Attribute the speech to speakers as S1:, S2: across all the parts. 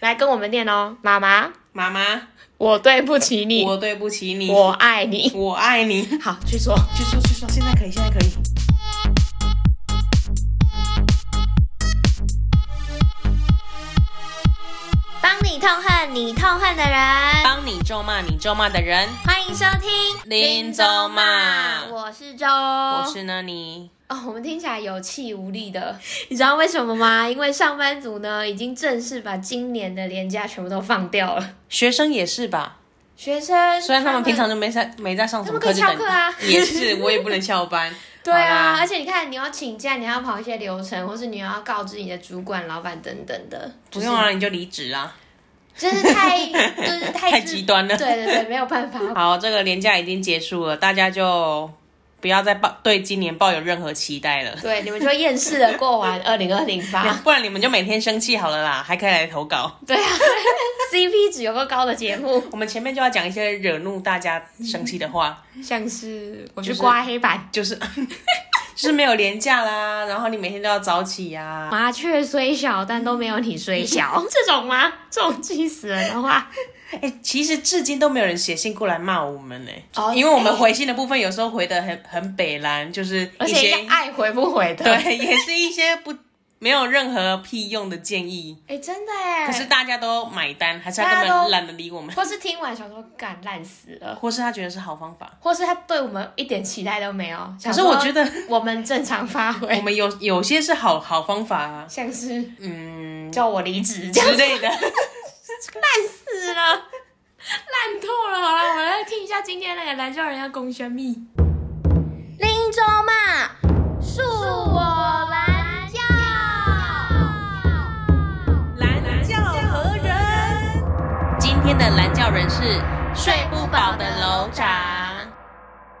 S1: 来跟我们念哦，妈妈，
S2: 妈妈，
S1: 我对不起你，
S2: 我对不起你，
S1: 我爱你。
S2: 我爱你。
S1: 好，去说。
S2: 去说去说，现在可以，现在可以。
S3: 帮你痛恨你痛恨的人。
S2: 帮你咒骂你咒骂的人，
S3: 欢迎收听
S2: 林州骂
S3: 我是周，
S2: 我
S3: 我
S2: 是呢你。
S3: 哦，我们听起来有气无力的，你知道为什么吗？啊因为上班族呢已经正式把今年的年假全部都放掉了，
S2: 学生也是吧？
S3: 学生
S2: 虽然他们平常就没在没在上什么课，
S3: 他们可以
S2: 就
S3: 翘
S2: 等
S3: 课啊
S2: 也是， 我也不能翘班。
S3: 对啊，
S2: 好
S3: 而
S2: 啦，
S3: 且你看你要请假，你还要跑一些流程，或是你要告知你的主管、老板等等的，
S2: 不用啊，你就离职啦。
S3: 就 是太就是太
S2: 太极端了
S3: 对对对，没有办法。
S2: 好，这个年假已经结束了，大家就不要再抱对今年抱有任何期待了，啊
S3: 对，你们就厌世的过完二零二零吧。
S2: 不然你们就每天生气好了啦，还可以来投稿。
S3: 对 啊，CP 值有个高的节目，
S2: 我们前面就要讲一些惹怒大家生气的话，
S1: 像是我去刮黑板，
S2: 就是 就是没有年假啦，然后你每天都要早起呀、
S1: 麻雀虽小，但都没有你虽 小，这种吗？这种气死人的话，
S2: 哎、其实至今都没有人写信过来骂我们呢、
S3: 哦
S2: 因为我们回信的部分有时候回的很很北蓝，就是
S1: 而
S2: 一
S1: 且
S2: 些
S1: 要爱回不回的。
S2: 对，也是一些不没有任何屁用的建 议。
S3: 哎、真的哎。
S2: 可是大家都买单，还是他
S3: 大家
S2: 根本
S3: 都
S2: 懒得理我们，
S3: 或是听完想说干烂死了，
S2: 或是他觉得是好方法。
S3: 或是他对我们一点期待都没有。可
S2: 可是我觉得
S3: 我们正常发
S2: 我
S3: 挥，
S2: 们有有些是好好方法啊，
S3: 像是
S2: 嗯
S3: 叫我离职这样
S2: 之类 的。
S3: 死了，烂透了。好了，我们来听一下今天那个蓝教人要公宣密。林州嘛，恕我蓝教。
S2: 蓝教何人？今天的蓝教人是睡不饱的楼长。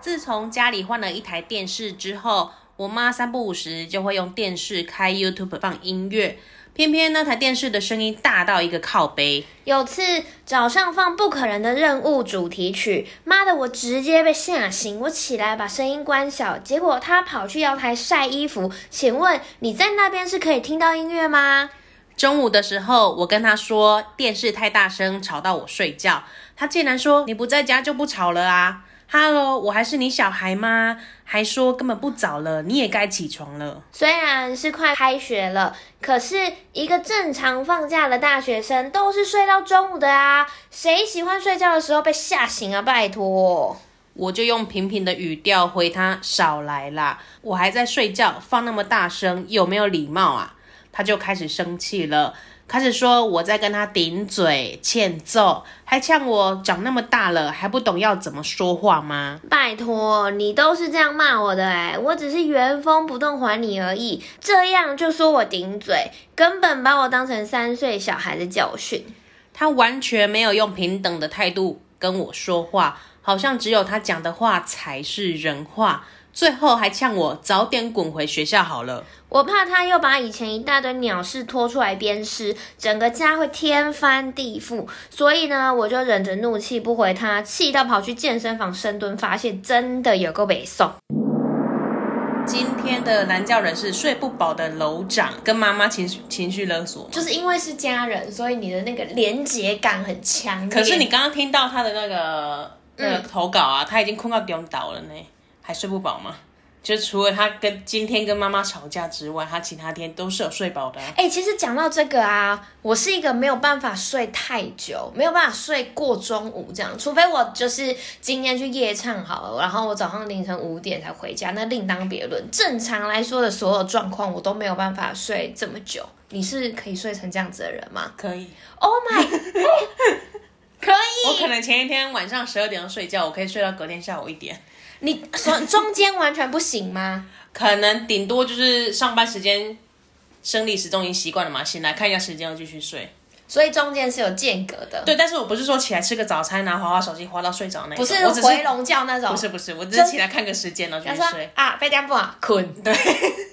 S2: 自从家里换了一台电视之后，我妈三不五时就会用电视开 YouTube 放音乐，偏偏那台电视的声音大到一个靠背。
S3: 有次早上放《不可能的任务》主题曲，妈的，我直接被吓醒。我起来把声音关小，结果她跑去阳台晒衣服。请问你在那边是可以听到音乐吗？
S2: 中午的时候，我跟她说电视太大声，吵到我睡觉。她竟然说：“你不在家就不吵了啊！”Hello，我还是你小孩吗？还说根本不早了，你也该起床了。
S3: 虽然是快开学了，可是一个正常放假的大学生都是睡到中午的啊，谁喜欢睡觉的时候被吓醒啊？拜托，
S2: 我就用平平的语调回他：“少来啦，我还在睡觉，放那么大声，有没有礼貌啊？”他就开始生气了，开始说我在跟他顶嘴、欠揍，还呛我长那么大了还不懂要怎么说话吗？
S3: 拜托，你都是这样骂我的哎、我只是原封不动还你而已，这样就说我顶嘴，根本把我当成三岁小孩的教训。
S2: 他完全没有用平等的态度跟我说话，好像只有他讲的话才是人话。最后还呛我早点滚回学校好了。
S3: 我怕他又把以前一大堆鸟事拖出来鞭尸，整个家会天翻地覆。所以呢，我就忍着怒气不回他，气到跑去健身房深蹲发泄，真的有够北宋。
S2: 今天的男教人是睡不饱的楼长，跟妈妈情绪情绪勒索吗。
S3: 就是因为是家人，所以你的那个连结感很强烈。
S2: 可是你刚刚听到他的那个
S3: 嗯
S2: 那个投稿啊，他已经困到丢倒了呢，还睡不饱吗？就除了他跟今天跟妈妈吵架之外，他其他天都是有睡饱的啊、
S3: 哎、其实讲到这个啊，我是一个没有办法睡太久，没有办法睡过中午这样，除非我就是今天去夜唱好了，然后我早上凌晨五点才回家，那另当别论。正常来说的所有状况，我都没有办法睡这么久。你是可以睡成这样子的人 吗
S2: 可以，
S3: ？Oh my，可以，
S2: 我可能前一天晚上十二点要睡觉，我可以睡到隔天下午一点，
S3: 你说中间完全不行吗？
S2: 可能顶多就是上班时间生理时钟已经习惯了嘛，醒来看一下时间又继续睡。
S3: 所以中间是有间隔的，，
S2: 对，但是我不是说起来吃个早餐，然后滑滑手机滑到睡着那一种，
S3: 不是
S2: 我只
S3: 回
S2: 是
S3: 笼觉那种。
S2: 不是不是，我只是起来看个时间然后
S3: 他
S2: 就
S3: 说
S2: 去睡。
S3: 啊，被颠簸啊，困。
S2: 对，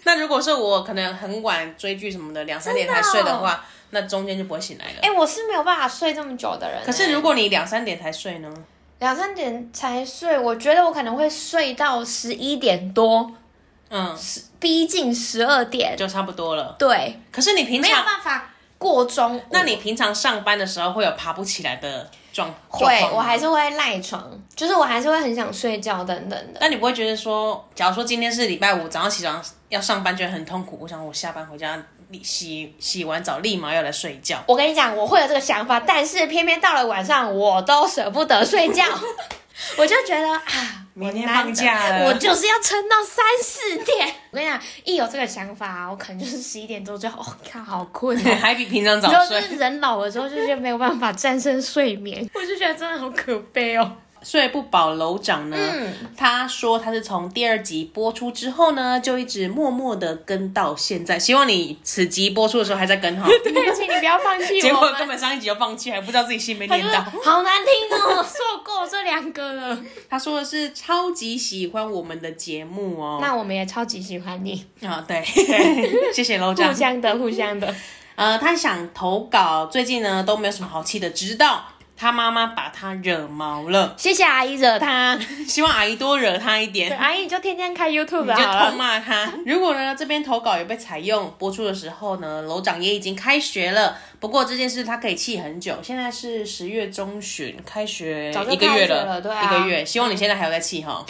S2: 那如果是我可能很晚追剧什么的，两三点才睡的话，那中间就不会醒来了。
S3: 哦哎、我是没有办法睡这么久的人欸、
S2: 可是如果你两三点才睡呢？
S3: 两三点才睡，我觉得我可能会睡到十一点多，
S2: 嗯，
S3: 逼近十二点。
S2: 就差不多了。
S3: 对，
S2: 可是你平
S3: 没有
S2: 常
S3: 办法过中午
S2: 那你平常上班的时候会有爬不起来的状
S3: 会
S2: 状况，吗
S3: 我还是会赖床，就是我还是会很想睡觉等等的。
S2: 但你不会觉得说，假如说今天是礼拜五，早上起床要上班，觉得很痛苦。我想我下班回家，立洗洗完澡立马要来睡觉。
S3: 我跟你讲，我会有这个想法，但是偏偏到了晚上，我都舍不得睡 觉，我就觉得啊，
S2: 明天
S3: 我懒
S2: 放
S3: 得
S2: 假了
S3: 我就是要撑到三四点。我跟你讲，一有这个想法，我可能就是十一点多就哦，看 好困 哦。
S2: 还比平常早
S3: 然后就
S2: 睡，
S3: 是人老了之后，就觉得没有办法战胜睡眠，我就觉得真的好可悲哦。
S2: 睡不饱。楼长呢，
S3: 嗯
S2: 他说他是从第二集播出之后呢，就一直默默的跟到现在。希望你此集播出的时候还在 跟哈，
S3: 对，请你不要放弃
S2: 结
S3: 我
S2: 果
S3: 们。
S2: 根本上一集就放弃，还不知道自己心没
S3: 他
S2: 念
S3: 就
S2: 到。
S3: 是好难听哦，错过这两个了。
S2: 他说的是超级喜欢我们的节目哦。
S3: 那我们也超级喜欢你，
S2: 啊、 对，谢谢楼
S3: 互
S2: 长。
S3: 相的，互相的。
S2: 呃，他想投稿，最近呢都没有什么好气的，直到他妈妈把他惹毛了。
S3: 谢谢阿姨惹他，
S2: 希望阿姨多惹他一
S3: 对
S2: 点，
S3: 阿姨你就天天开 YouTube
S2: 你就
S3: 好
S2: 痛
S3: 了。
S2: 骂他。如果呢这边投稿有被采用，播出的时候呢，楼长也已经开学了。不过这件事他可以气很久，现在是十月中旬，开学
S3: 早就
S2: 一个
S3: 开
S2: 月
S3: 学了对啊
S2: 一个月。希望你现在还有在气哈，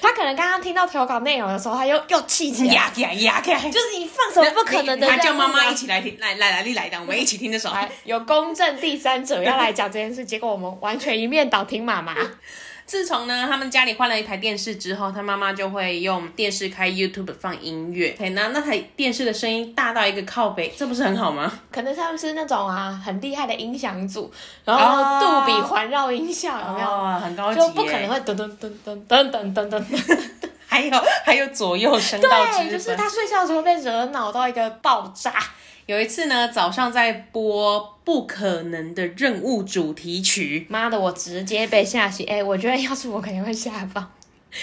S3: 他可能刚刚听到投稿内容的时候，他又又气起来，
S2: 压起来压起来，就
S3: 就是你放什么不可能的任务啊？
S2: 他叫妈妈一起来听，来来来，你来的，我们一起听这首。
S3: 来，有公正第三者要来讲这件事，结果我们完全一面倒听妈妈。
S2: 自从呢，他们家里换了一台电视之后，他妈妈就会用电视开 YouTube 放音乐。对，那那台电视的声音大到一个靠背，这不是很好吗？
S3: 可能他们是那种啊很厉害的音响组，然
S2: 哦
S3: 后杜比环绕音效有没有？
S2: 哦，很高级耶，
S3: 就不可能会噔噔噔噔噔噔噔噔噔。
S2: 还有还有左右声道之
S3: 对，
S2: 分。
S3: 就是他睡觉的时候被惹恼到一个爆炸。
S2: 有一次呢，早上在播《不可能的任务》主题曲，
S3: 妈的，我直接被吓醒！哎、我觉得要是我肯定会吓爆，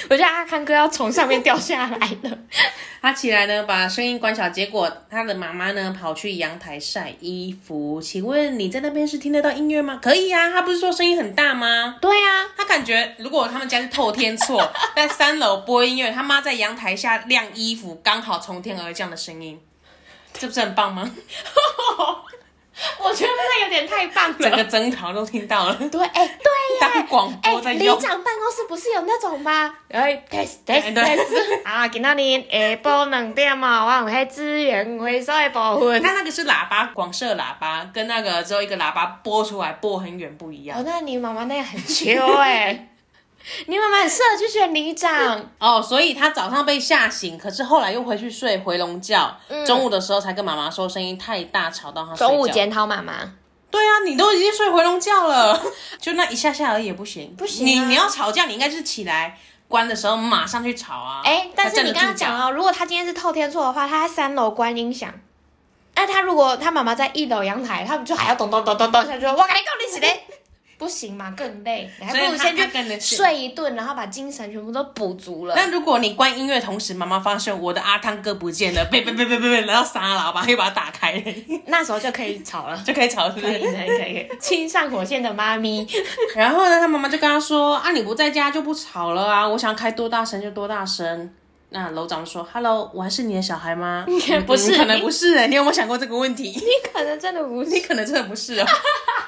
S3: 我觉得阿康哥要从上面掉下来了。
S2: 他起来呢，把声音关小，结果他的妈妈呢跑去阳台晒衣服。请问你在那边是听得到音乐吗？可以呀、啊，他不是说声音很大吗？
S3: 对啊呀、
S2: 他感觉如果他们家是透天厝，在三楼播音乐，他妈在阳台下晾衣服，刚好从天而降的声音，这不是很棒吗？
S3: 我觉得那有点太棒
S2: 整
S3: 了。
S2: 个整条都听到了，
S3: 对，哎、对
S2: 当
S3: 耶。
S2: 广
S3: 哎、
S2: 播在
S3: 里
S2: 用。
S3: 长办公室不是有那种吗？哎，test
S2: 对
S3: test test 啊，今仔日下晡两点嘛，我有迄资源回收的部分。
S2: 他那个是喇叭，广设喇叭，跟那个只有一个喇叭播出来播很远不一样
S3: 哦，。那你妈妈那个很秋哎、 你妈妈很适合去选里长。
S2: 哦，所以他早上被吓醒，可是后来又回去睡回笼觉，中午的时候才跟妈妈说声音太大，吵到他睡觉。
S3: 嗯中午检讨妈妈，
S2: 对啊，你都已经睡回笼觉了， 就那一下下而已，也不行，不
S3: 行啊
S2: 你你要吵架，你应该是起来关的时候马上去吵啊。
S3: 哎、但是
S2: 才站
S3: 你
S2: 得
S3: 刚刚
S2: 住脚
S3: 讲，哦，如果他今天是透天厝的话，他在三楼关音响。那他如果他妈妈在一楼阳台，他们就还要咚咚咚咚咚下去，我跟你讲，你起来，不行嘛，更累，你还
S2: 所以
S3: 不如
S2: 他
S3: 先
S2: 他更得
S3: 去
S2: 是
S3: 睡一顿，然后把精神全部都补足了。
S2: 那如果你关音乐同时，妈妈发现我的阿汤哥不见了，被被被被被被，然后杀了，把又把它打开，
S3: 那时候就可以吵了。
S2: 就可以吵，是不
S3: 可以，可
S2: 是？
S3: 以，可以，可以亲上火线的妈咪，
S2: 然后呢，他妈妈就跟他说啊，你不在家就不吵了啊，我想开多大声就多大声。那楼长说：“Hello，我还是你的小孩吗？
S3: 看不是
S2: 嗯可能
S3: 你
S2: 不是、欸。你有没有想过这个问题？
S3: 你可能真的无
S2: 你可能真的不是哦。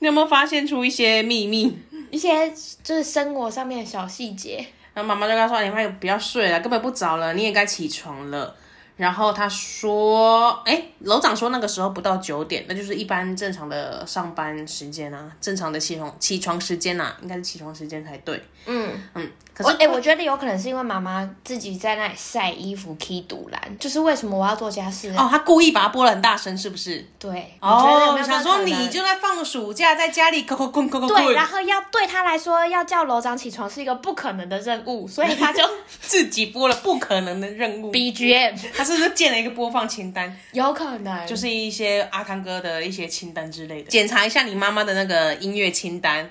S2: 你有没有发现出一些秘密？
S3: 一些就是生活上面的小细节。
S2: 然后妈妈就跟他说：“你快不要睡了，根本不早了，你也该起床了。”然后他说：“哎，楼长说那个时候不到九点，那就是一般正常的上班时间啊，正常的起床起床时间啊，应该是起床时间才对。
S3: 嗯，
S2: 嗯，可
S3: 我
S2: 是
S3: 哎、我觉得有可能是因为妈妈自己在那里晒衣服、踢独篮，就是为什么我要做家事呢？
S2: 哦，他故意把它播得很大声，是不是？
S3: 对，
S2: 哦，
S3: 我
S2: 想说你就在放暑假，在家里扣扣滚扣扣
S3: 对，
S2: 滚，
S3: 然后要对他来说，要叫楼长起床是一个不可能的任务，所以 他就
S2: 自己播了不可能的任 务。
S3: BGM
S2: 他是不是建了一个播放清单？”
S3: 有可能
S2: 就
S3: 就是
S2: 一些阿汤哥的一些清单之类的。检查一下你妈妈的那个音乐清单，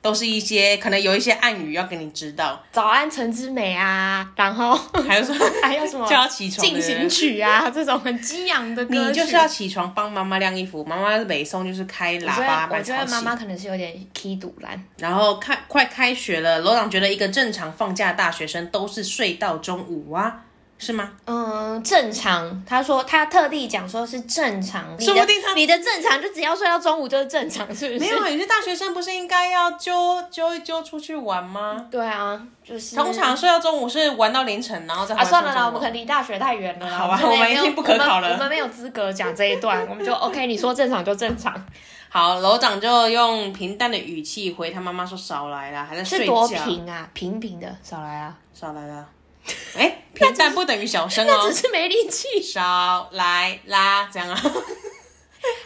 S2: 都是一些可能有一些暗语要给你知道，
S3: 早安陈之美啊，然后
S2: 还有说
S3: 还有什么
S2: 叫她起床
S3: 进行曲啊这种很激昂的歌曲，
S2: 你就是要起床帮妈妈晾衣服，妈妈北宋就是开
S3: 我
S2: 喇
S3: 觉
S2: 叭
S3: 得
S2: 把
S3: 我觉
S2: 吵
S3: 得妈
S2: 醒。
S3: 妈可能是有点踢独篮，
S2: 然后开快开学了，楼长觉得一个正常放假的大学生都是睡到中午啊，是吗？
S3: 嗯，正常。他说他特地讲说是正常，你
S2: 说
S3: 的
S2: 不定他
S3: 你的正常就只要睡到中午就是正常，是不是？
S2: 没有啊，有些大学生不是应该要揪揪一揪出去玩吗？
S3: 对啊，就是
S2: 通常睡到中午是玩到凌晨，然后再
S3: 啊，
S2: 回来
S3: 算
S2: 睡
S3: 了
S2: 中
S3: 啦，
S2: 午
S3: 我们可能离大学太远了啦。
S2: 好吧
S3: 真的
S2: 我们
S3: 没有
S2: 一定不可考了
S3: 我们我们没有资格啊讲这一段，我们就 OK，你说正常就正常，
S2: 好，楼长就用平淡的语气回他妈妈说：“少来啦，还在
S3: 是
S2: 睡
S3: 多
S2: 觉，
S3: 平啊，平平的，少来啊，
S2: 少来啦。” 哎，平淡不等于小声哦
S3: 只，是没力气。
S2: 少来啦，这 样啊。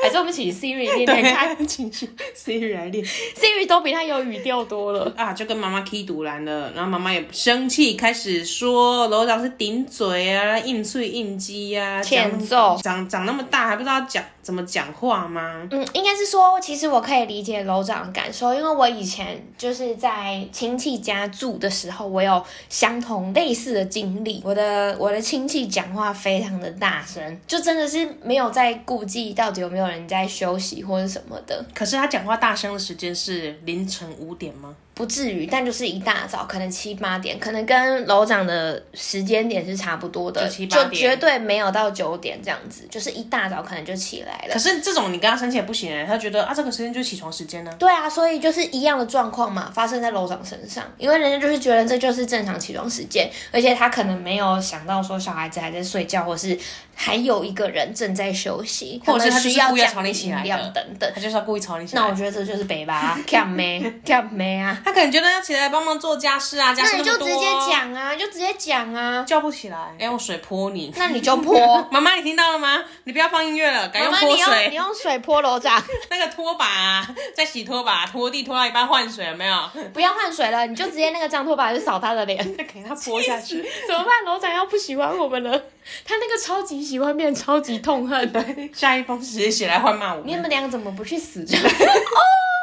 S3: 还是我们请 Siri 念 念看
S2: 情绪 Siri 来练
S3: ，Siri 都比他有语调多了。
S2: 啊，就跟妈妈 K 独蓝了，然后妈妈也生气，开始说楼长是顶嘴啊，硬嘴硬鸡啊，
S3: 欠
S2: 讲
S3: 揍
S2: 长长那么大还不知道讲怎么讲话吗？
S3: 嗯，应该是说，其实我可以理解楼长的感受，因为我以前就是在亲戚家住的时候，我有相同类似的经历。我的我的亲戚讲话非常的大声，就真的是没有在顾忌到底有没有人在休息或者什么的，
S2: 可是他讲话大声的时间是凌晨五点吗？
S3: 不至于，但就是一大早，可能七八点，可能跟楼长的时间点是差不多的，
S2: 就七八点
S3: 绝对没有到九点这样子，就是一大早可能就起来了
S2: 可。是这种你跟他生气也不行欸，他觉得啊这个时间就是起床时间呢、
S3: 对啊，所以就是一样的状况嘛，发生在楼长身上，因为人家就是觉得这就是正常起床时间，而且他可能没有想到说小孩子还在睡觉，或是还有一个人正在休息，
S2: 或者是他就是
S3: 需要
S2: 故意要
S3: 奖
S2: 吵
S3: 励
S2: 你起来
S3: 饮
S2: 的
S3: 料等等。
S2: 他就是要故意吵你起来。
S3: 那我觉得这就是 北吧，看没看没啊？
S2: 他可能觉得要起来帮忙做家事啊，家
S3: 那
S2: 事
S3: 你
S2: 么
S3: 就
S2: 多，
S3: 直接，讲啊，你就直接讲啊，
S2: 叫不起来，要用水泼你。。
S3: 那你就泼
S2: 妈妈，你听到了吗？你不要放音乐了，改
S3: 妈
S2: 用
S3: 妈，
S2: 泼
S3: 你用你
S2: 水。
S3: 用水泼楼 长，
S2: 那个拖把、啊，在洗拖把，拖地拖到一半换水，有没 有？
S3: 不要换水了，你就直接那个脏拖把就扫他的脸。
S2: 再给他泼下去。
S3: 怎么办？楼长要不喜欢我们了， 他那个超级喜欢变超级痛恨的。
S2: 下一封直接写来换骂我
S3: 你
S2: 们。
S3: 们两个怎么不去死 这样？哦，好恐怖哦！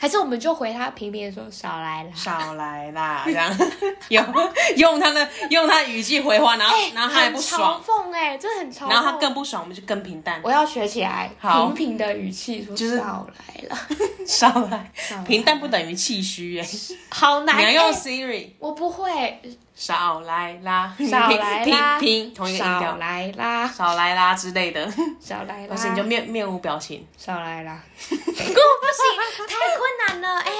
S3: 还是我们就回他平平的说少来啦。
S2: 少来啦，这样 有用他的用他的语气回话，然
S3: 哎
S2: 后、然后他也不爽，
S3: 很嘲讽哎、这很嘲讽。
S2: 然后他更不爽，我们就更平 淡。
S3: 我要学起来，
S2: 好
S3: 平平的语气说
S2: 就是
S3: 少来了，
S2: 少来
S3: 来，
S2: 平淡不等于气虚哎、
S3: 好难、
S2: 你要用
S3: 哎
S2: Siri，
S3: 我不会，
S2: 少来 啦，
S3: 少来啦，
S2: 拼拼拼同一个音
S3: 少
S2: 调，
S3: 来啦，
S2: 少来啦之类 的，
S3: 少来啦，
S2: 或是你就面面无表情。
S3: 少来啦！我不行，太困难了。 哎、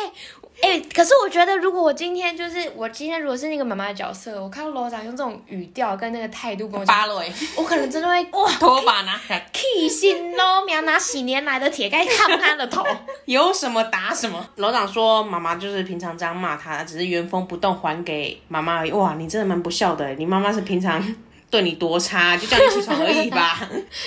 S3: 哎、可是我觉得，如果我今天就是我今天如果是那个妈妈的角色，我看到楼长用这种语调跟那个态度跟我讲，
S2: 芭 蕾
S3: 我可能真的会哇
S2: 拖把拿起来，
S3: 气心喽，秒拿洗年来的铁盖烫他的头。
S2: 有什么打什么。楼长说，妈妈就是平常这样骂他，只是原封不动还给妈妈而已。哇，你真的蛮不孝的，你妈妈是平常对你多差，就叫你起床而已吧。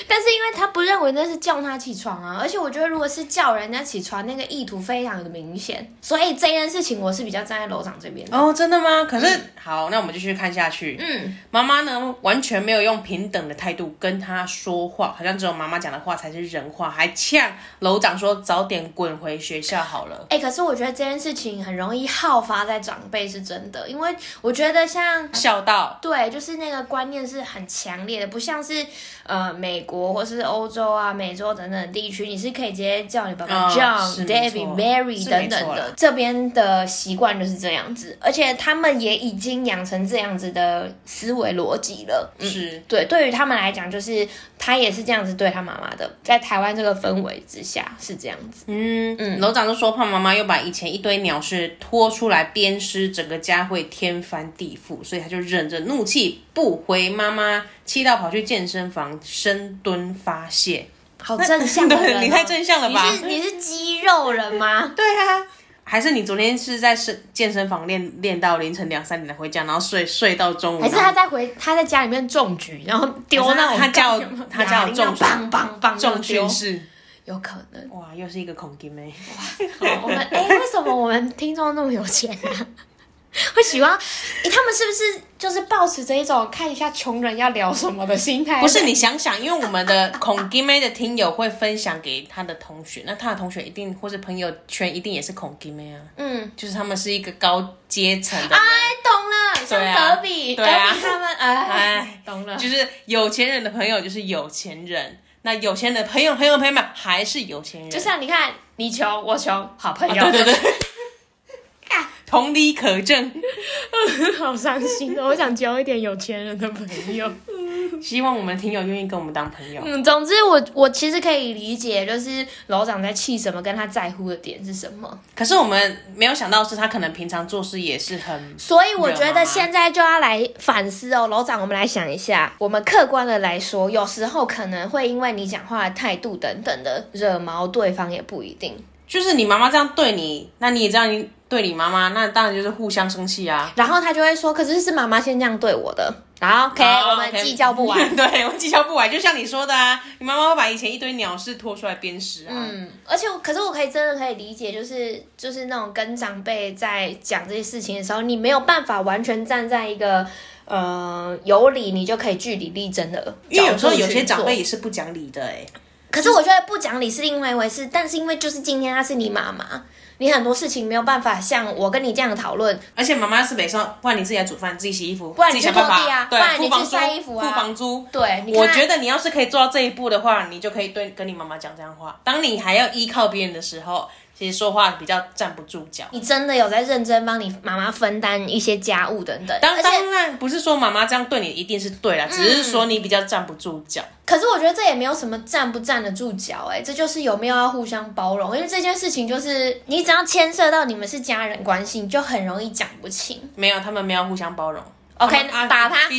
S3: 但是因为他不认为那是叫他起床啊，而且我觉得如果是叫人家起床，那个意图非常的明显，所以这件事情我是比较站在楼长这边的。
S2: 哦，真的吗？可是、好，那我们继续看下去。
S3: 嗯，
S2: 妈妈呢，完全没有用平等的态度跟他说话，好像只有妈妈讲的话才是人话，还呛楼长说早点滚回学校好了。
S3: 哎、可是我觉得这件事情很容易好发在长辈是真的，因为我觉得像
S2: 笑到
S3: 对，就是那个观念是很强烈的，不像是呃美国或是欧洲啊、美洲等等地区，你是可以直接叫你爸爸
S2: 啊
S3: John、
S2: 是没错
S3: David、Mary
S2: 是
S3: 等
S2: 没
S3: 等
S2: 错啦
S3: 的。这边的习惯就是这样子，而且他们也已经养成这样子的思维逻辑了。嗯，
S2: 是
S3: 对，对于他们来讲，就是他也是这样子对他妈妈的，在台湾这个氛围之下是这样子。
S2: 嗯，楼长就说胖妈妈又把以前一堆鸟事拖出来鞭尸，整个家会天翻地覆，所以他就忍着怒气不回妈妈，气到跑去健身房深蹲发泄。
S3: 好正向的
S2: 对
S3: 人、哦，
S2: 你太正向了吧
S3: 你是你是肌肉人吗？
S2: 对啊，还是你昨天是在是健身房练练到凌晨两三点才回家，然后睡睡到中午，
S3: 还是
S2: 然
S3: 他
S2: 后
S3: 在回他在家里面种菊，然后丢那种
S2: 他叫
S3: 钢
S2: 他叫
S3: 哑铃那种
S2: 种菊
S3: 棒棒棒
S2: 重
S3: 丢
S2: 训，是
S3: 有可能。
S2: 哇，又是一个 恐惊妹。
S3: 好我们哎、为什么我们听众那么有钱啊？ 会喜欢、诶他们是不是就是抱持着一种看一下穷人要聊什么的心态？
S2: 不是你想想，因为我们的 恐惊妹的听友会分享给他的同学，那他的同学一定或是朋友圈一定也是恐惊妹啊，
S3: 嗯，
S2: 就是他们是一个高阶层的
S3: 哎
S2: 人，，
S3: 懂了，像
S2: 对啊
S3: 德比，
S2: 对啊
S3: 德比他们，哎
S2: 哎，
S3: 懂了。
S2: 就是有钱人的朋友就是有钱人，那有钱人的朋友朋友朋友们还是有钱人，
S3: 就像你看，你穷我穷，好朋
S2: 啊
S3: 友，啊
S2: 对对对，同理可证，
S1: 好伤心哦！我想交一点有钱人的朋友。
S2: 希望我们听友愿意跟我们当朋友。
S3: 嗯，总之我我其实可以理解，就是楼长在气什么，跟他在乎的点是什么。
S2: 可是我们没有想到是他可能平常做事也是很
S3: 所以我觉
S2: 惹妈妈
S3: 得现在就要来反思哦，楼长，我们来想一下，我们客观的来说，有时候可能会因为你讲话的态度等等的惹毛对方，也不一定。
S2: 就是你妈妈这样对你，那你也这样对你妈妈，那当然就是互相生气啊。
S3: 然后他就会说，可是是妈妈先这样对我的。然后 OK，、
S2: 好
S3: 我们
S2: 哦啊 OK 嗯
S3: 计较不完。
S2: 对我计较不完，就像你说的啊，你妈妈会把以前一堆鸟事拖出来鞭尸啊。
S3: 嗯， 而且我可是我可以真的可以理解，就是就是那种跟长辈在讲这些事情的时候，你没有办法完全站在一个呃有理，你就可以据理力争的。
S2: 因为有时候有些长辈
S3: 角度去
S2: 也是不讲理的哎、
S3: 做，可是我觉得不讲理是另外一回事，但是因为就是今天她是你妈妈，你很多事情没有办法像我跟你这样讨论，
S2: 而且妈妈是北上，不然你自己来煮饭，自己洗衣服，不
S3: 然
S2: 自
S3: 你
S2: 己
S3: 去
S2: 想办
S3: 拖地
S2: 法，
S3: 啊
S2: 对
S3: 不，然
S2: 付
S3: 你去
S2: 房租，
S3: 晒衣服啊
S2: 付房租。
S3: 对，你看
S2: 我觉得你要是可以做到这一步的话，你就可以对跟你妈妈讲这样的话。当你还要依靠别人的时候，其实说话比较站不住脚。
S3: 你真的有在认真帮你妈妈分担一些家务等等，
S2: 当
S3: 而且嗯
S2: 当然不是说妈妈这样对你一定是对啦，只是说你比较站不住脚。
S3: 可是我觉得这也没有什么站不站得住脚，哎，这就是有没有要互相包容，因为这件事情就是你只要牵涉到你们是家人关系，你就很容易讲不清。
S2: 没有，他们没有互相包容。
S3: OK，
S2: 们啊
S3: 打他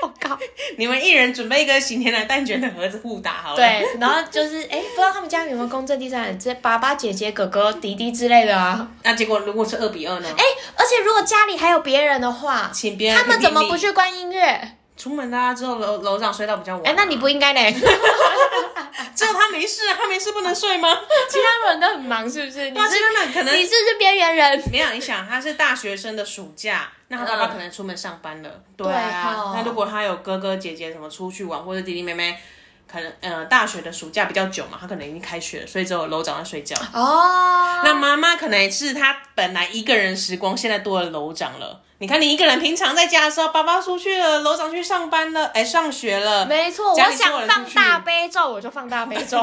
S3: 我靠，
S2: 你们一人准备一个行天来蛋卷的盒子互打好了。，
S3: 对，然后就是哎，不知道他们家有没有公正第三人，这爸爸、姐姐、哥哥、弟弟之类的啊。
S2: 那结果如果是二比二呢？
S3: 哎，而且如果家里还有别人的话，
S2: 请别人
S3: 他们怎么
S2: 评
S3: 不
S2: 评理
S3: 去关音乐？哎，
S2: 出门啦、之后楼楼长睡到比较晚、
S3: 那你不应该嘞，
S2: 只有他没事啊，他没事不能睡吗？
S3: 其他人都很忙，是不 是？你
S2: 那
S3: 是
S2: 真的可能
S3: 你是不是边缘人？
S2: 没有，你想他是大学生的暑假，那他爸爸可能出门上班了，对啊。
S3: 嗯对哦
S2: 那如果他有哥哥姐姐什么出去玩，或者弟弟妹妹，可能呃大学的暑假比较久嘛，他可能已经开学了，所以只有楼长在睡觉。
S3: 哦，
S2: 那妈妈可能是她本来一个人时光，现在多了楼长了。你看你一个人平常在家的时候，爸爸出去了，楼长去上班了，哎、上学了，
S3: 没错，我
S2: 家里所有
S3: 想
S2: 人
S3: 放
S2: 出去
S3: 大悲咒，我就放大悲咒；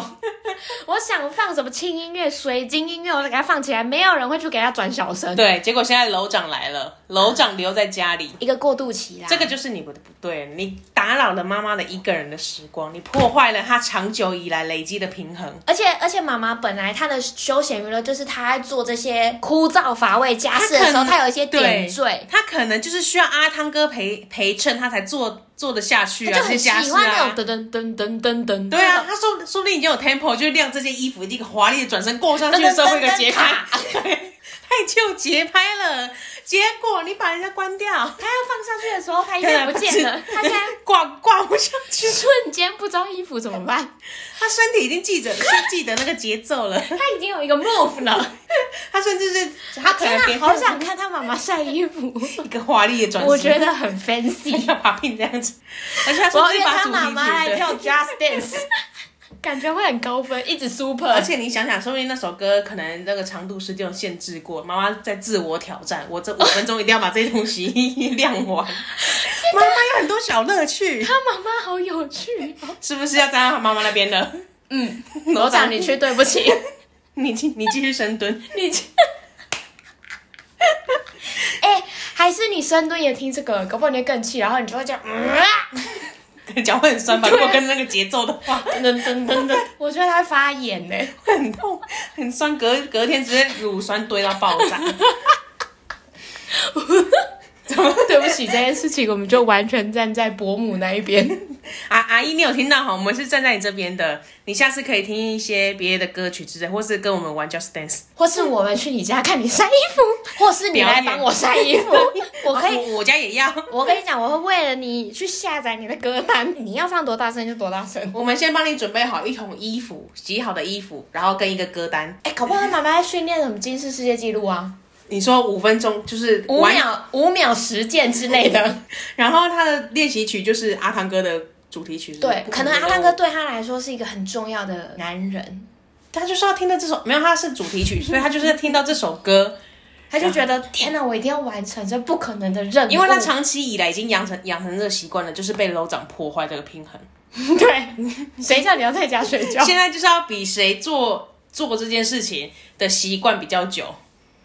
S3: 我想放什么轻音乐、水晶音乐，我就给它放起来，没有人会去给它转小声。
S2: 对，结果现在楼长来了，楼长留在家里，
S3: 一个过渡期啦。
S2: 这个就是你不不对，你打扰了妈妈的一个人的时光，你破坏了她长久以来累积的平衡。
S3: 而且而且，妈妈本来她的休闲娱乐就是她在做这些枯燥乏味家事的时
S2: 她
S3: 候，
S2: 可能
S3: 她有一些点
S2: 对
S3: 缀，，
S2: 她可能就是需要阿汤哥陪陪衬，她才做做得下去啊，
S3: 就
S2: 这些
S3: 很喜
S2: 家事
S3: 欢那
S2: 啊。
S3: 种噔噔噔噔噔噔。
S2: 对啊，
S3: 这种，
S2: 她说说不定已经有 tempo，就晾这件衣服，一个华丽的转身过上去的时候，会有个节拍，对，太就节拍了。结果你把人家关掉，啊
S3: 她要放上去的时候，她音乐不见了，她现在
S2: 挂挂不上去，
S1: 瞬间不招衣服怎么办？
S2: 她身体已经记着，先记得那个节奏了。
S3: 她已经有一个 move 了。
S2: 他甚至是他可能
S3: 天
S2: 给
S3: 哪，好想看她妈妈晒衣 服，
S2: 一个华丽的转身，
S1: 我觉得很 fancy，
S2: 要把病这样子，而且他
S3: 我
S2: 甚
S3: 要
S2: 至
S3: 约
S2: 把
S3: 她
S2: 主
S3: 妈妈
S2: 题
S3: 来
S2: 曲对。
S3: 跳 Just Dance。
S1: 感觉会很高分，一直 super
S2: 而。且你想想，说不定那首歌可能那个长度是这种限制过，妈妈在自我挑战，我这 五分钟一定要把这些东西亮完。妈妈有很多小乐 趣，
S1: 他妈妈好有 趣哦。
S2: 是不是要站到妈妈那边了？嗯，楼
S1: 我长，你去，对不 起，
S2: 你继你继续深蹲，
S1: 你去。
S3: 哎、还是你深蹲也听这个，搞不好你会更气，然后你就会这样，嗯啊、
S2: 脚会很酸吧？如果跟那个节奏的话，
S1: 噔噔噔噔，
S3: 我觉得他会发炎呢、
S2: 会很痛，很酸，隔隔天直接乳酸堆到爆炸。怎么？
S1: 对不起，这件事情我们就完全站在伯母那一边。
S2: 阿阿姨，你有听到哈？我们是站在你这边的，你下次可以听一些别的歌曲之类，或是跟我们玩 Just Dance。
S3: 或是我们去你家看你晒衣服， 哦或是你来帮我晒衣服，我可以。
S2: 哦我我家也要。
S3: 我跟你讲，我会为了你去下载你的歌单，你要放多大声就多大声。
S2: 我们先帮你准备好一桶衣服，洗好的衣服，然后跟一个歌单。
S3: 哎、搞不好他妈妈在训练什么金氏世界纪录啊，
S2: 你说五分钟就是
S3: 五
S2: 完，
S3: 秒五秒实践之类的。
S2: 然后他的练习曲就是阿汤哥的主题曲。是不是
S3: 对，可能阿浪哥，对他来说是一个很重要的男人，
S2: 他就是要听到这首，没有，他是主题曲，所以他就是听到这首 歌，
S3: 他就觉得天哪，我一定要完成这不可能的任务。
S2: 因为他长期以来已经养成养成这个习惯了，就是被楼长破坏这个平衡。
S3: 对，谁叫你要在家睡觉？
S2: 现在就是要比谁做做这件事情的习惯比较久。，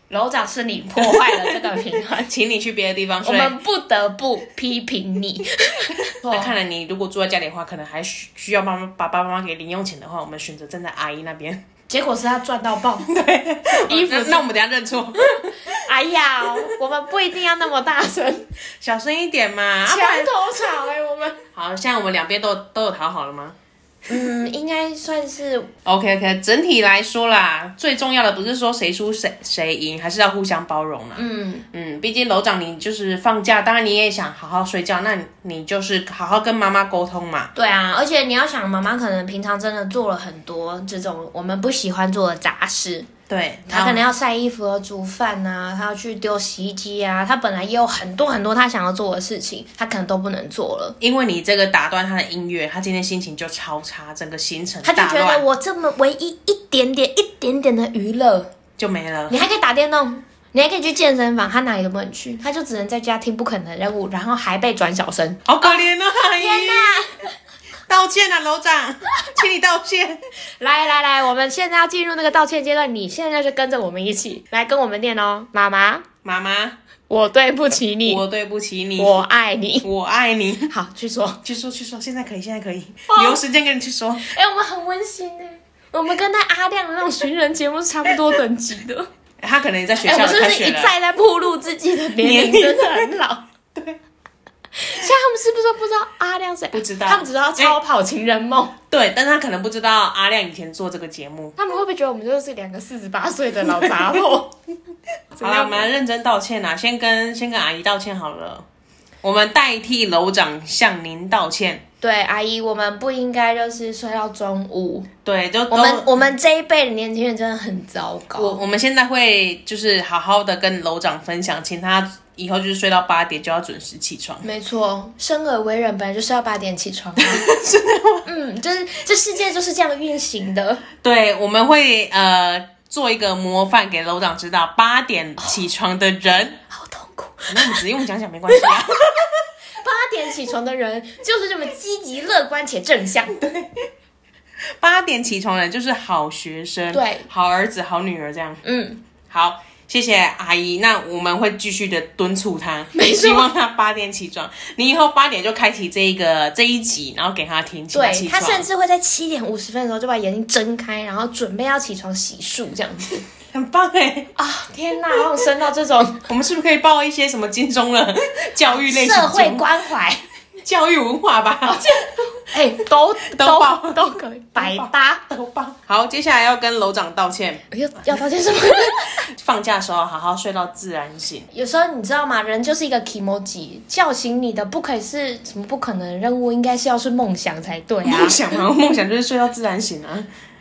S3: 楼长是你破坏了这个平 衡
S2: 请你去别的地方
S3: 我
S2: 睡。
S3: 们不得不批评你。
S2: 那看来你如果住在家里的话，可能还需需要妈妈爸爸妈妈给零用钱的话，我们选择站在阿姨那边。
S3: 结果是他赚到 爆。
S2: 衣服，那我们等一下认错，
S3: 哎呀，我们不一定要那么大声，
S2: 小声一点嘛。啊
S3: 墙
S2: 不然
S3: 头草哎、我们
S2: 好，现在我们两边都都有讨好了吗
S3: 嗯，应该算是
S2: ？OK OK，整体来说啦，最重要的不是说谁输谁谁赢，还是要互相包容啦。
S3: 嗯，
S2: 嗯，毕竟楼长你就是放假，当然你也想好好睡觉，那你就是好好跟妈妈沟通嘛。
S3: 对啊，而且你要想，妈妈可能平常真的做了很多这种我们不喜欢做的杂事，
S2: 对，
S3: 她可能要晒衣服、要煮饭啊，她要去丢洗衣机啊，她本来也有很多很多她想要做的事情，她可能都不能做了。
S2: 因为你这个打断他的音乐，他今天心情就超差，整个行程
S3: 她就
S2: 大
S3: 觉得
S2: 乱
S3: 我这么唯一一点点、一点点的娱乐，
S2: 就没了。
S3: 你还可以打电动，你还可以去健身房，她哪里都不能去，她就只能在家听不可能的任务，然后还被转小 声。
S2: 好可怜啊！阿姨，道歉啊，楼长， 请你道歉。
S3: 来来来，我们现在要进入那个道歉阶段，你现在就跟着我们一起来跟我们念哦，妈妈，
S2: 妈妈，
S3: 我对不起你，
S2: 我对不起你，
S3: 我爱你。
S2: 我爱你。
S3: 好，去说。
S2: 去说去说，现在可以，现在可以，
S3: 哦
S2: 留时间跟你去说。
S3: 哎、我们很温馨呢，我们跟那阿亮的那种寻人节目是差不多等级 的。
S2: 他可能也在学
S3: 哎、
S2: 校
S3: 我是不
S2: 开
S3: 是
S2: 学
S3: 一
S2: 了。
S3: 再在暴露自己的 年龄，
S2: 年龄
S3: 真的很老？
S2: 对，
S3: 现在他们是不是都不知道阿亮谁？不
S2: 知道
S3: 他们只知道哎超跑情人梦。
S2: 对，但他可能不知道阿亮以前做这个节目。
S3: 他们会不会觉得我们就是两个四十八岁的老杂货？
S2: 好了，我们来认真道歉啦，先跟先跟阿姨道歉好了。我们代替楼长向您道歉。
S3: 对，阿姨，我们不应该就是睡到中午。
S2: 对，就都
S3: 我们我们这一辈的年轻人真的很糟
S2: 我
S3: 糕。
S2: 我们现在会就是好好的跟楼长分享，请他以后就是睡到八点就要准时起床。
S3: 没错，生而为人本来就是要八点起 床啊。嗯，就是这世界就是这样运行的。
S2: 对，我们会呃做一个模范给楼长知道，八点起床的人，
S3: 好痛苦，
S2: 那我们只用讲讲没关系啊。
S3: 八点起床的人就是这么积极、乐观且正向。
S2: 八点起床的人就是好学生，
S3: 对
S2: 好儿子、好女儿这样。
S3: 嗯，
S2: 好，谢谢阿姨。那我们会继续的敦促她，
S3: 没错
S2: 希望她八点起床。你以后八点就开启这一个这一集，然后给她听，请她
S3: 对
S2: 起
S3: 他
S2: 床。
S3: 甚至会在七点五十分的时候就把眼睛睁开，然后准备要起床洗漱这样子。
S2: 很棒哎，
S3: 啊、天哪，好想升到 这种
S2: 我们是不是可以报一些什么金钟了 教育类型
S3: 社会
S2: 节目
S3: 关怀。
S2: 教育文化吧？
S3: 哎、都
S2: 都报
S3: 都可以百搭。
S2: 都棒。 好，接下来要跟楼长道歉。
S3: 要要道歉什么？
S2: 放假的时候好好睡到自然醒。
S3: 有时候你知道吗？人就是一个 emoji，叫醒你的不可以是什么不可能的任务，应该是要是梦想才对啊
S2: 梦。 想嘛，梦想就是睡到自然醒啊，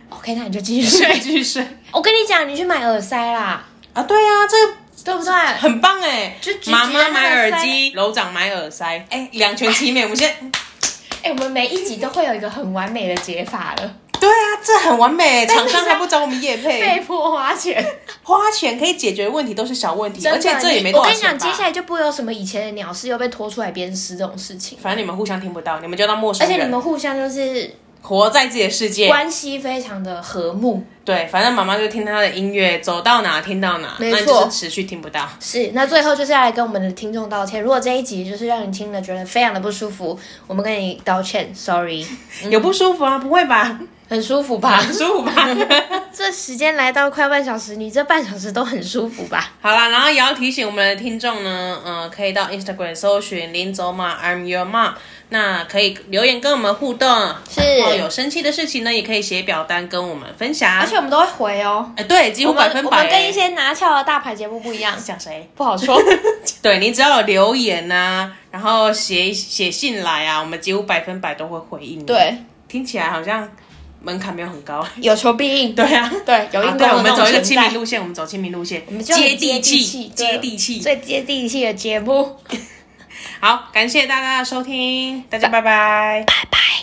S3: OK，那你就继续 睡。
S2: 睡继续睡
S3: 我跟你讲，你去买耳塞啦，
S2: 啊！对啊，这
S3: 对不对？
S2: 很棒哎
S3: 就直！接
S2: 妈妈买
S3: 拿耳塞
S2: 耳机，楼长买耳塞，哎、两全其美。我们现在
S3: 哎、我们每一集都会有一个很完美的解法了，
S2: 对啊，这很完美，厂商还不找我们叶配，
S3: 被迫花钱。
S2: 花钱可以解决问题都是小问题，而且
S3: 真的
S2: 这也
S3: 你
S2: 没多
S3: 我
S2: 少
S3: 跟你
S2: 钱
S3: 讲，接下
S2: 吧。
S3: 来就不会有什么以前的鸟事又被拖出来鞭尸这种事情，
S2: 反正你们互相听不到，你们就当陌
S3: 而
S2: 生
S3: 且你
S2: 人，
S3: 们互相就是
S2: 活在自己的世界。
S3: 关系非常的和睦。
S2: 对，反正妈妈就听她的音乐，走到哪听到哪，
S3: 没
S2: 那你
S3: 错
S2: 就是持续听不到。
S3: 是，那最后就是要来跟我们的听众道歉。如果这一集就是让你听了觉得非常的不舒服，我们跟你道歉，sorry，
S2: 有不舒服啊？不会吧？
S3: 很 舒服吧？
S2: 很舒服吧？
S3: 这时间来到快半小时，你这半小时都很舒服吧？
S2: 好啦，然后也要提醒我们的听众呢，呃，可以到 Instagram 搜寻林走马 I'm Your Mom，那可以留言跟我们互动，
S3: 是
S2: 然后有生气的事情呢，也可以写表单跟我们分享。
S3: 而且我们都会回哦。
S2: 哎，对，几乎
S3: 我
S2: 百
S3: 们
S2: 分
S3: 我
S2: 百欸。
S3: 们跟一些拿翘的大牌节目不一样，
S2: 讲谁？
S3: 不好说。
S2: 对你只要有留言呐、然后写写信来啊，我们几乎百分百都会回应。，
S3: 对，
S2: 听起来好像门槛没有很高。
S3: 有求必应。
S2: 对啊，
S3: 对，有
S2: 啊
S3: 应
S2: 对，
S3: 跟
S2: 我们走一个亲
S3: 亲
S2: 民路线，我们走亲民路线，我
S3: 我们就很
S2: 接地
S3: 气，
S2: 气，
S3: 对
S2: 接地气。
S3: 最接地气的节目。
S2: 好，感谢大家的收听，大家拜拜。
S3: 拜拜。